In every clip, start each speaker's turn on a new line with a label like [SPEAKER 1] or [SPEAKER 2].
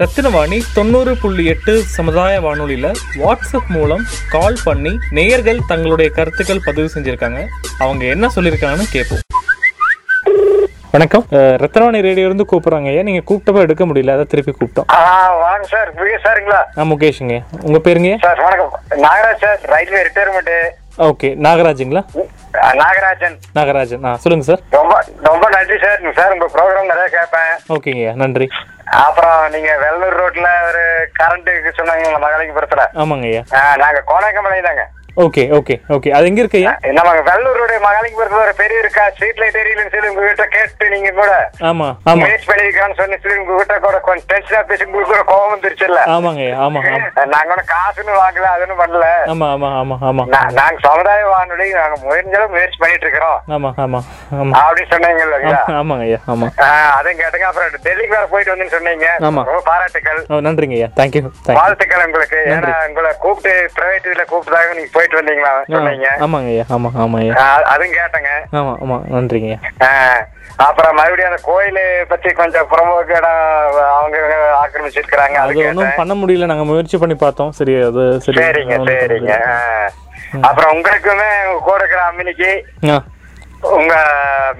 [SPEAKER 1] ரத்தினவாணி தொண்ணூறு புள்ளி எட்டு சமுதாய வானொலியில் வாட்ஸ்அப் மூலம் கால் பண்ணி நேயர்கள் தங்களுடைய கருத்துக்கள் பதிவு செஞ்சுருக்காங்க அவங்க என்ன சொல்லியிருக்காங்கன்னு கேட்போம் வணக்கம் அஹ், ரத்தினவாணி ரேடியோலேருந்து கூப்பிட்றாங்க ஐயா நீங்கள் கூப்பிட்டப்ப எடுக்க முடியல அதான் திருப்பி கூப்பிட்டோம்
[SPEAKER 2] ஆ வாங்க சார் பிகேஷ் சாருங்களா
[SPEAKER 1] நான் முகேஷுங்க உங்கள் பேருங்க
[SPEAKER 2] சார் வணக்கம் Nagaraj sir railway retirement
[SPEAKER 1] okay நாகராஜுங்களா
[SPEAKER 2] நாகராஜன்
[SPEAKER 1] நாகராஜன் ஆ சொல்லுங்கள் சார்
[SPEAKER 2] ரொம்ப ரொம்ப நன்றி சார் சார் உங்க ப்ரோக்ராம் நிறைய கேட்பேன்
[SPEAKER 1] ஓகேங்க ஐயா நன்றி
[SPEAKER 2] அப்புறம் நீங்க வெள்ளூர் ரோட்ல ஒரு கரண்ட்டுக்கு சொன்னாங்க உங்க மகாலிங்கபுரத்துல
[SPEAKER 1] ஆமாங்க ஐயா
[SPEAKER 2] ஆ, நாங்க கோணாக்கமலை தாங்க
[SPEAKER 1] ஓகே ஓகே ஓகே அது எங்கே இருக்கு ஐயா
[SPEAKER 2] நம்ம வெள்ளூர் ரோடு மகாலிங்கபுரத்துல ஒரு பெரிய இருக்கா ஸ்ட்ரீட் லைட் எரியலன்னு சொல்லி உங்ககிட்ட கேட்டு நீங்க கூட
[SPEAKER 1] ஆமாம் ஆமாம்
[SPEAKER 2] மேனேஜ் பண்ணிருக்கான்னு சொல்லி சொல்லி உங்ககிட்ட கூட கொஞ்சம் டென்ஷனா பேசி உங்களுக்கு கூட கோபம் வந்துருச்சுல்ல
[SPEAKER 1] ஆமாங்க ஐயா ஆமாம் ஆமாம்
[SPEAKER 2] நாங்க ஒன்றும் காசுன்னு வாங்கல அதுன்னு பண்ணல
[SPEAKER 1] ஆமா ஆமா ஆமா ஆமா
[SPEAKER 2] நா- நாங்க சமுதாய வானொலி நாங்க முடிஞ்ச அளவு முயற்சி பண்ணிட்டு இருக்கிறோம்
[SPEAKER 1] ஆமா ஆமா ஆமா
[SPEAKER 2] அப்படின்னு சொன்னீங்க இல்லைங்களா
[SPEAKER 1] ஆமா ஆமாங்க ஐயா ஆமா
[SPEAKER 2] ஆஹ் அதையும் கேட்டுங்க அப்புறம் டெல்லிக்கு வேற போயிட்டு வந்தேன்னு சொன்னீங்க
[SPEAKER 1] ஆமா.
[SPEAKER 2] ரொம்ப பாராட்டுக்கள்
[SPEAKER 1] ஓ நன்றிங்க ஐயா தேங்க்யூ தேங்க்யூ
[SPEAKER 2] வாழ்த்துக்கள் உங்களுக்கு ஏன்னா உங்களை கூப்பிட்டு பிரைவேட் இதுல கூப்பிட்டதாக நீங்க போயிட்டு வந்தீங்களா சொன்னீங்க
[SPEAKER 1] ஆமாங்க ஐயா ஆமா ஆமா ஐயா
[SPEAKER 2] ஆஹ் அதுவும் கேட்டேங்க
[SPEAKER 1] ஆமா ஆமா நன்றிங்க ஐயா
[SPEAKER 2] ஆஹ் அப்புறம் மறுபடியும் அந்த கோயிலு பத்தி கொஞ்சம் புறம்போக்கு இடம் அவங்க இவங்க ஆக்கிரமிச்சிருக்கிறாங்க அது
[SPEAKER 1] அது
[SPEAKER 2] கேட்டேன்
[SPEAKER 1] ஒன்றும் பண்ண முடியல நாங்க முயற்சி பண்ணி பார்த்தோம் சரி அது சரி
[SPEAKER 2] சரிங்க
[SPEAKER 1] ஒண்ணும் பண்ண
[SPEAKER 2] சரிங்க
[SPEAKER 1] முடியல.
[SPEAKER 2] ஆஹ் அப்புறம் உங்களுக்குமே உங்க கூட இருக்கிற அம்மினிக்கு
[SPEAKER 1] ஆ
[SPEAKER 2] உங்க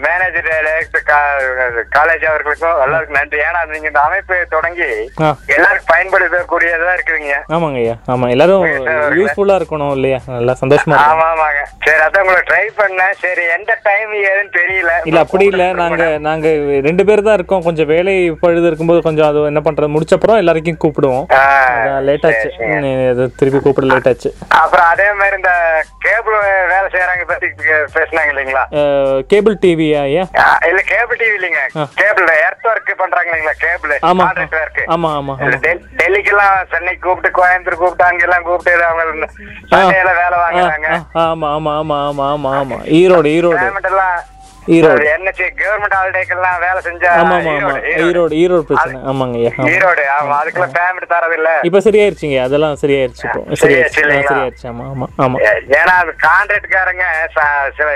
[SPEAKER 2] மேனேஜர் டைரக்டர் கா- காலேஜ் அவர்களுக்கும் எல்லாருக்கும் நன்றி ஏன்னா நீங்க இந்த அமைப்பு தொடங்கி
[SPEAKER 1] ஆ
[SPEAKER 2] எல்லாருக்கும் பயன்படுத்தக்கூடியதா இருக்குதுங்க
[SPEAKER 1] ஆமாங்க ஐயா ஆமா எல்லாரும் யூஸ்ஃபுல்லா இருக்கணும் இல்லையா நல்லா சந்தோஷமா இருக்கணும்
[SPEAKER 2] ஆமா ஆமாங்க சரி அதான் உங்களை ட்ரை பண்ணேன் சரி எந்த டைம் ஏதுன்னு தெரியல
[SPEAKER 1] இல்ல அப்படி இல்ல நாங்க நாங்க ரெண்டு பேர் தான் இருக்கோம் கொஞ்சம் வேலை பழுது இருக்கும்போது கொஞ்சம் அது என்ன பண்றது முடிச்சப்புறம் எல்லாருக்கும் கூப்பிடுவோம்
[SPEAKER 2] ஆ,
[SPEAKER 1] லேட் ஆச்சு ம், அது திருப்பி கூப்பிட லேட் ஆச்சு
[SPEAKER 2] அப்புறம் அதே மாதிரி இந்த கேபிள் வேலை செய்யறாங்க பத்தி கே- பேசுனாங்க இல்லைங்களா
[SPEAKER 1] கேபிள் டிவியா ஐயா
[SPEAKER 2] ஆ, இல்ல கேபிள் டிவி இல்லைங்க கேபிள் எர்த் ஒர்க் பண்றாங்க இல்லைங்களா கேபிள்
[SPEAKER 1] ஆமா
[SPEAKER 2] கான்ட்ராக்ட் ஒர்க்
[SPEAKER 1] ஆமா ஆமா ஆமா
[SPEAKER 2] டெல்லிக்கெல்லாம் சென்னை கூப்பிட்டு கோயம்புத்தூர் கூப்பிட்டு அங்கெல்லாம் கூப்பிட்டு அவங்க சண்டையில வேலை
[SPEAKER 1] ஆ,
[SPEAKER 2] வாங்குறாங்க
[SPEAKER 1] ஆ, ஆமா ஆமா ஆமா ஆமா ஆமா ஆமா ஈரோடு ஈரோடு
[SPEAKER 2] பேமெண்ட் எல்லாம்
[SPEAKER 1] ஈரோடு
[SPEAKER 2] என்எச்சி கவர்மெண்ட் ஹாலிடேக்கெல்லாம் வேலை செஞ்சா
[SPEAKER 1] ஆமா ஆமா ஆமா
[SPEAKER 2] ஈரோடு, ஈரோடு.
[SPEAKER 1] ஈரோடு ஈரோடு பிரச்சனை ஆமாங்க ஐயா ஆமா.
[SPEAKER 2] ஈரோடு ஆமா அதுக்கெல்லாம் பேமெண்ட் தரதில்ல
[SPEAKER 1] இப்ப சரியாயிருச்சுங்க அதெல்லாம் சரியாயிருச்சு இப்போ சரியாயிருச்சு ஆ,
[SPEAKER 2] இல்லைங்களா?
[SPEAKER 1] சரியாயிருச்சு ஆமா ஆமா ஆமா
[SPEAKER 2] ஏ- ஏன்னா அது கான்ட்ராக்ட்காரங்க சில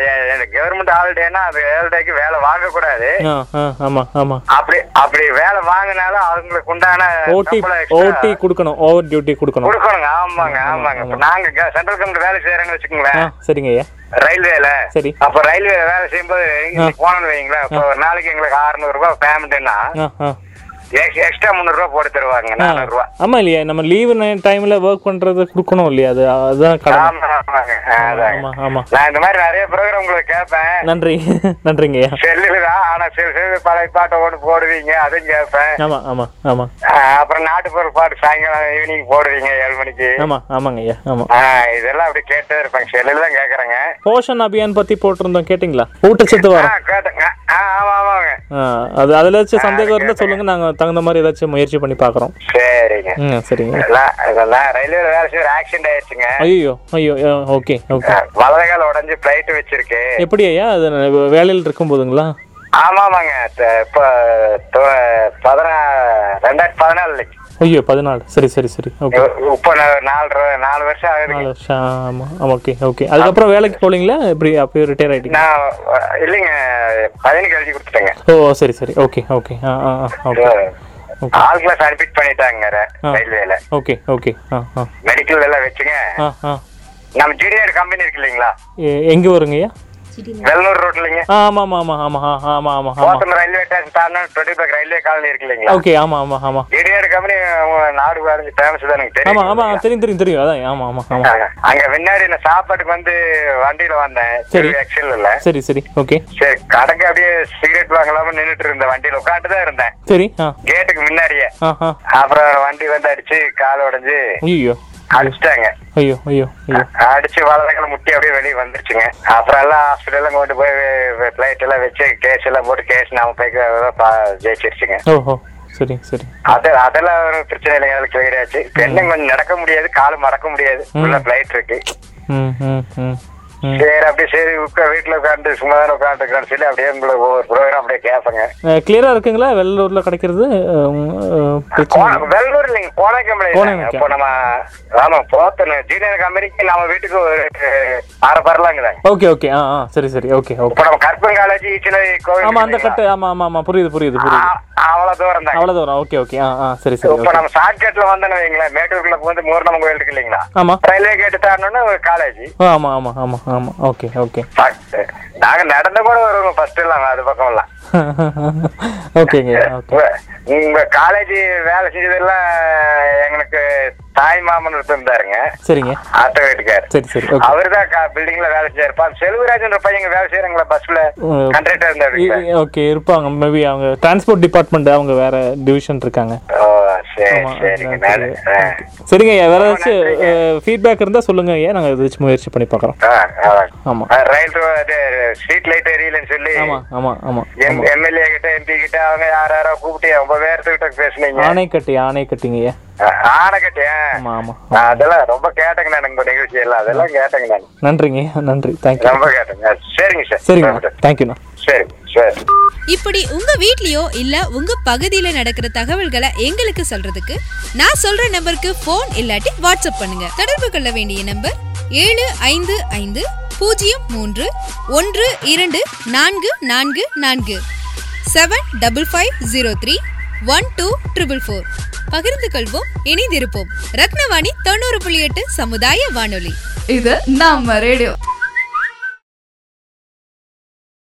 [SPEAKER 2] கவர்மெண்ட் ஹாலிடேனா அது ஹாலிடேக்கு வேலை வாங்க கூடாது
[SPEAKER 1] ஆ, ஆ, ஆமா ஆமா
[SPEAKER 2] அப்படி அப்படி வேலை வாங்கினாலும் அவங்களுக்கு உண்டான
[SPEAKER 1] ஓடி
[SPEAKER 2] சம்பளம் extra
[SPEAKER 1] ஓடி கொடுக்கணும் ஓவர் டியூட்டி கொடுக்கணும்
[SPEAKER 2] கொடுக்கணுங்க ஆமாங்க ஆமாங்க இப்ப நாங்க சென்ட்ரல் கவர்மெண்ட் வேலை செய்யறோம்னு
[SPEAKER 1] ஆ
[SPEAKER 2] வச்சுக்கோங்களேன்
[SPEAKER 1] சரிங்க ஐயா
[SPEAKER 2] ரயில்வேல
[SPEAKER 1] சரி
[SPEAKER 2] அப்ப ரயில்வே வேலை செய்யும்போது இங்க போனோம்னு வைங்களேன் இப்போ ஒரு நாளைக்கு எங்களுக்கு 600 ரூபாய் பேமெண்ட்னா
[SPEAKER 1] ஆ ஆ
[SPEAKER 2] எக்ஸ்ட்ரா 300 ரூபாய் போட்டு தருவாங்க
[SPEAKER 1] ஆ.
[SPEAKER 2] 400 ரூபாய்
[SPEAKER 1] ஆமா இல்லையா நம்ம லீவு டைம்ல ஒர்க் பண்றது கொடுக்கணும் இல்லையா அது அதுதான் கடமை
[SPEAKER 2] ஆமா ஆமாங்க ஆ, அதாங்க
[SPEAKER 1] ஆமா ஆமா
[SPEAKER 2] நான் இந்த மாதிரி நிறைய ப்ரோக்ராம் உங்களுக்கு கேட்பேன்
[SPEAKER 1] நன்றி நன்றிங்க ஐயா
[SPEAKER 2] செல்லுல தான் ஆனா சிறு சிறு பழைய பாட்டை ஒன்று போடுவீங்க அதுவும் கேட்பேன்
[SPEAKER 1] ஆமா ஆமா ஆமா
[SPEAKER 2] ஆஹ் அப்புறம் நாட்டுப்புற பாட்டு சாயங்காலம் ஈவினிங் போடுவீங்க ஏழு மணிக்கு
[SPEAKER 1] ஆமா ஆமாங்க ஐயா ஆமா
[SPEAKER 2] ஆஹ் இதெல்லாம் அப்படி கேட்டே இருப்பேன் செல்லுல தான் கேக்குறேங்க
[SPEAKER 1] போஷன் அபியான் பத்தி போட்டிருந்தோம் கேட்டிங்களா ஊட்டச்சத்து
[SPEAKER 2] ஆ
[SPEAKER 1] வாரம்
[SPEAKER 2] கேட்டேங்க ஆ ஆமா ஆமாங்க
[SPEAKER 1] ஆ, அது அதுல ஏதாச்சும் சந்தேகம் இருந்தா சொல்லுங்க நாங்க தகுந்த மாதிரி ஏதாச்சும் முயற்சி பண்ணி பாக்குறோம்
[SPEAKER 2] சரிங்க
[SPEAKER 1] ம் சரிங்க
[SPEAKER 2] இதெல்லாம் இதெல்லாம் ரயில்வேல வேலை செய்யற ஆக்சிடென்ட் ஆயிடுச்சுங்க
[SPEAKER 1] ஐயோ ஐயோ ஓகே ஓகே
[SPEAKER 2] ஆஹ் வலது கால் உடஞ்சு பிளைட் வச்சிருக்கு
[SPEAKER 1] எப்படி ஐயா அது வே- வேலையில் இருக்கும் போதுங்களா
[SPEAKER 2] ஆமா ஆமாங்க த- இப்ப தொ- பதினா ரெண்டாயிரத்தி பதினாலு
[SPEAKER 1] ஐயோ பதினாலு சரி சரி சரி ஓகே
[SPEAKER 2] இப்போ நான் நாலு நாலு வருஷம் ஆகுதுங்க
[SPEAKER 1] நாலு வருஷம் ஆமா ஓகே ஓகே அதுக்கப்புறம் வேலைக்கு போலீங்களா இப்படி அப்போ ரிட்டையர் ஆயிட்டீங்க
[SPEAKER 2] நான் அஹ், இல்லைங்க பையனுக்கு எழுதி கொடுத்துட்டேங்க
[SPEAKER 1] ஓ சரி சரி ஓகே ஓகே ஆ ஆ okay Okay.
[SPEAKER 2] All class admit பண்ணிட்டாங்க ர-
[SPEAKER 1] ஆ.
[SPEAKER 2] ரயில்வேல
[SPEAKER 1] ஓகே ஓகே ஆ ஆ
[SPEAKER 2] மெடிக்கல் எல்லாம் வச்சுங்க
[SPEAKER 1] ஆ ஆ
[SPEAKER 2] நம்ம ஜிடிஆர் கம்பெனி இருக்கு இல்லைங்களா
[SPEAKER 1] எ- எங்க வருங்க ஐயா
[SPEAKER 2] வெள்ளூர் ரோட்லங்க
[SPEAKER 1] ஆ, ஆமா ஆமா ஆமா ஆமா ஆ, ஆமா ஆமா ஆமா
[SPEAKER 2] போத்தம் ரயில்வே ஸ்டேஷன் தாண்டி டுவெண்ட்டி பேக் ரயில்வே காலனி இருக்கு இல்லைங்களா
[SPEAKER 1] ஓகே ஆமா ஆமா ஆமா
[SPEAKER 2] ஜிடிஆர் கம்பெனி நாடு வரைஞ்சு ஃபேமஸ் தான் எனக்கு
[SPEAKER 1] ஆமா ஆமா
[SPEAKER 2] தெரியும்
[SPEAKER 1] தெரியும் தெரியும் தெரியும் அதான் ஆமா ஆமா ஆமா
[SPEAKER 2] ஆ, அங்க முன்னாடி நான் சாப்பாட்டுக்கு வந்து வண்டியில வந்தேன்
[SPEAKER 1] சரி.
[SPEAKER 2] எக்ஸல் இல்ல
[SPEAKER 1] சரி சரி ஓகே
[SPEAKER 2] சரி கடைக்கு அப்படியே சிகரெட் வாங்கலாம நின்னுட்டு இருந்தேன் வண்டியில உட்காந்துட்டு தான் இருந்தேன்
[SPEAKER 1] சரி ஆ
[SPEAKER 2] கேட்டுக்கு முன்னாடியே
[SPEAKER 1] ஆ ஆ
[SPEAKER 2] அப்புறம் வண்டி வந்து அடிச்சு கால் உடைஞ்சு
[SPEAKER 1] ஐயோ
[SPEAKER 2] அடிச்சிட்டாங்க
[SPEAKER 1] ஐயோ ஐயோ ஐயோ
[SPEAKER 2] அடிச்சு வளர்க்கல முட்டி அப்படியே வெளியே வந்துருச்சுங்க அப்புறம் எல்லாம் ஹாஸ்பிட்டல்ல கொண்டு போய் பிளைட் எல்லாம் வச்சு கேஸ் எல்லாம் போட்டு கேஸ் நாம போய் ஜெயிச்சிருச்சுங்க
[SPEAKER 1] ஓஹோ சரி சரி
[SPEAKER 2] அது அதெல்லாம் ஒரு பிரச்சனை இல்லைங்க அதில் கிளியர் ஆச்சு பெண்ணுங்க கொஞ்சம் நடக்க முடியாது கால் மறக்க முடியாது உள்ள பிளைட் இருக்கு
[SPEAKER 1] ம் ம் ம் ம்.
[SPEAKER 2] சரி அப்படியே சரி உட்கா வீட்டில் உட்காந்து சும்மா தானே உட்காந்துருக்கான்னு சொல்லி அப்படியே உங்களுக்கு ஒவ்வொரு ப்ரோக்ராம் அப்படியே கேட்பேங்க
[SPEAKER 1] கிளியரா இருக்குங்களா வெள்ளூர்ல கிடைக்கிறது அஹ், அஹ், பிரச்சனை இல்லை.
[SPEAKER 2] கோண- வெள்ளூர் இல்லைங்க கோனை கம்பெனி
[SPEAKER 1] கோணாங்கம்பளை.
[SPEAKER 2] இப்போ நம்ம ஆமா போத்தனு ஜூனியர் கம்பெனிக்கு நம்ம வீட்டுக்கு ஒரு அரை பரலாங்கிறாங்க
[SPEAKER 1] ஓகே ஓகே ஆ ஆ சரி சரி ஓகே ஓகே
[SPEAKER 2] இப்போ நம்ம கற்பன் காலேஜ் சின்ன கோவில்
[SPEAKER 1] ஆமா அந்த கட்டு ஆமா ஆமா ஆமா புரியுது புரியுது புரியுது
[SPEAKER 2] அவ்வளோ தூரம் தாங்க
[SPEAKER 1] அவ்வளவு தூரம் ஓகே ஓகே ஆ ஆ சரி சரி
[SPEAKER 2] இப்போ
[SPEAKER 1] ஓகே
[SPEAKER 2] நம்ம ஷார்ட்கட்ல வந்தோன்னு வைங்களேன் மேட்டூர்குள்ள வந்து மூர்ணம் கோயில் இருக்கு இல்லைங்களா
[SPEAKER 1] ஆமா
[SPEAKER 2] ரயில்வே கேட்டு தாண்டோன்னு ஒரு காலேஜ்
[SPEAKER 1] ஆ, ஆமா ஆமா ஆமா ஆமா ஓகே ஓகே
[SPEAKER 2] நாங்க நடந்து கூட வருவோம் ஃபர்ஸ்ட் எல்லாம் அது பக்கம் எல்லாம்
[SPEAKER 1] ஓகேங்க ஓகே
[SPEAKER 2] உங்க- உங்க காலேஜ் வேலை செஞ்சதெல்லாம் எங்களுக்கு தாய் மாமன் ஒருத்தர் இருந்தாருங்க
[SPEAKER 1] சரிங்க
[SPEAKER 2] ஆட்டோ வீட்டுக்கார்
[SPEAKER 1] சரி சரி ஓகே
[SPEAKER 2] அவர் தான் பில்டிங்ல வேலை செஞ்சாரு பா செல்வராஜன்ற பையங்க வேலை செய்யறாங்களா பஸ்ல
[SPEAKER 1] உம்,
[SPEAKER 2] கண்டக்டர்
[SPEAKER 1] இ-
[SPEAKER 2] இருந்தாரு
[SPEAKER 1] இ- ஓகே இருப்பாங்க மேபி அவங்க டிரான்ஸ்போர்ட் டிபார்ட்மெண்ட் அவங்க வேற டிவிஷன் இருக்காங்க
[SPEAKER 2] ஓ சரி
[SPEAKER 1] ஆமா,
[SPEAKER 2] சரிங்க
[SPEAKER 1] அதான்
[SPEAKER 2] நல்லது.
[SPEAKER 1] சரிங்க ஐயா வேற ஏதாச்சும் ஃபீட்பேக் இருந்தா சொல்லுங்க ஐயா நாங்க ஏதாச்சும் முயற்சி பண்ணி பார்க்கறோம்
[SPEAKER 2] ஆ, ஆ,
[SPEAKER 1] ஆமா.
[SPEAKER 2] ஆ, ரயில் ரோ- இது, ஸ்ட்ரீட் லைட் எரியலன்னு சொல்லி
[SPEAKER 1] ஆமா ஆமா ஆமா
[SPEAKER 2] எம் எம்எல்ஏ கிட்ட எம்பி கிட்ட அவங்க யார் யாரோ கூப்பிட்டு ரொம்ப பேர்த்துக்கிட்ட பேசுனீங்க
[SPEAKER 1] ஆணை கட்டி ஆணை கட்டிங்க ஐயா
[SPEAKER 2] ஆனை கட்டியன்
[SPEAKER 1] ஆமா ஆமா
[SPEAKER 2] அதெல்லாம் ரொம்ப கேட்டேங்க நான் உங்க நிகழ்ச்சி எல்லாம் அதெல்லாம் கேட்டேங்க நான்
[SPEAKER 1] நன்றிங்க ஐயா, நன்றி தேங்க்யூ
[SPEAKER 2] ரொம்ப கேட்டேங்க சரிங்க சார்
[SPEAKER 1] சரிங்க தேங்க்யூண்ணா
[SPEAKER 2] சரி சரி
[SPEAKER 3] இப்படி உங்க வீட்லயோ இல்ல உங்க பகுதியில நடக்கிற தகவல்களை எங்களுக்கு சொல்றதுக்கு நான் சொல்ற நம்பருக்கு ஃபோன் இல்லாட்டி வாட்ஸ்அப் பண்ணுங்க தொடர்பு கொள்ள வேண்டிய நம்பர் ஏழு ஐந்து ஐந்து பூஜ்ஜியம் மூன்று ஒன்று இரண்டு நான்கு நான்கு நான்கு seven double five zero three one two triple four பகிர்ந்து கொள்வோம் இணைந்திருப்போம் ரத்னவாணி தொண்ணூறு புள்ளி எட்டு சமுதாய வானொலி
[SPEAKER 4] இது நம்ம ரேடியோ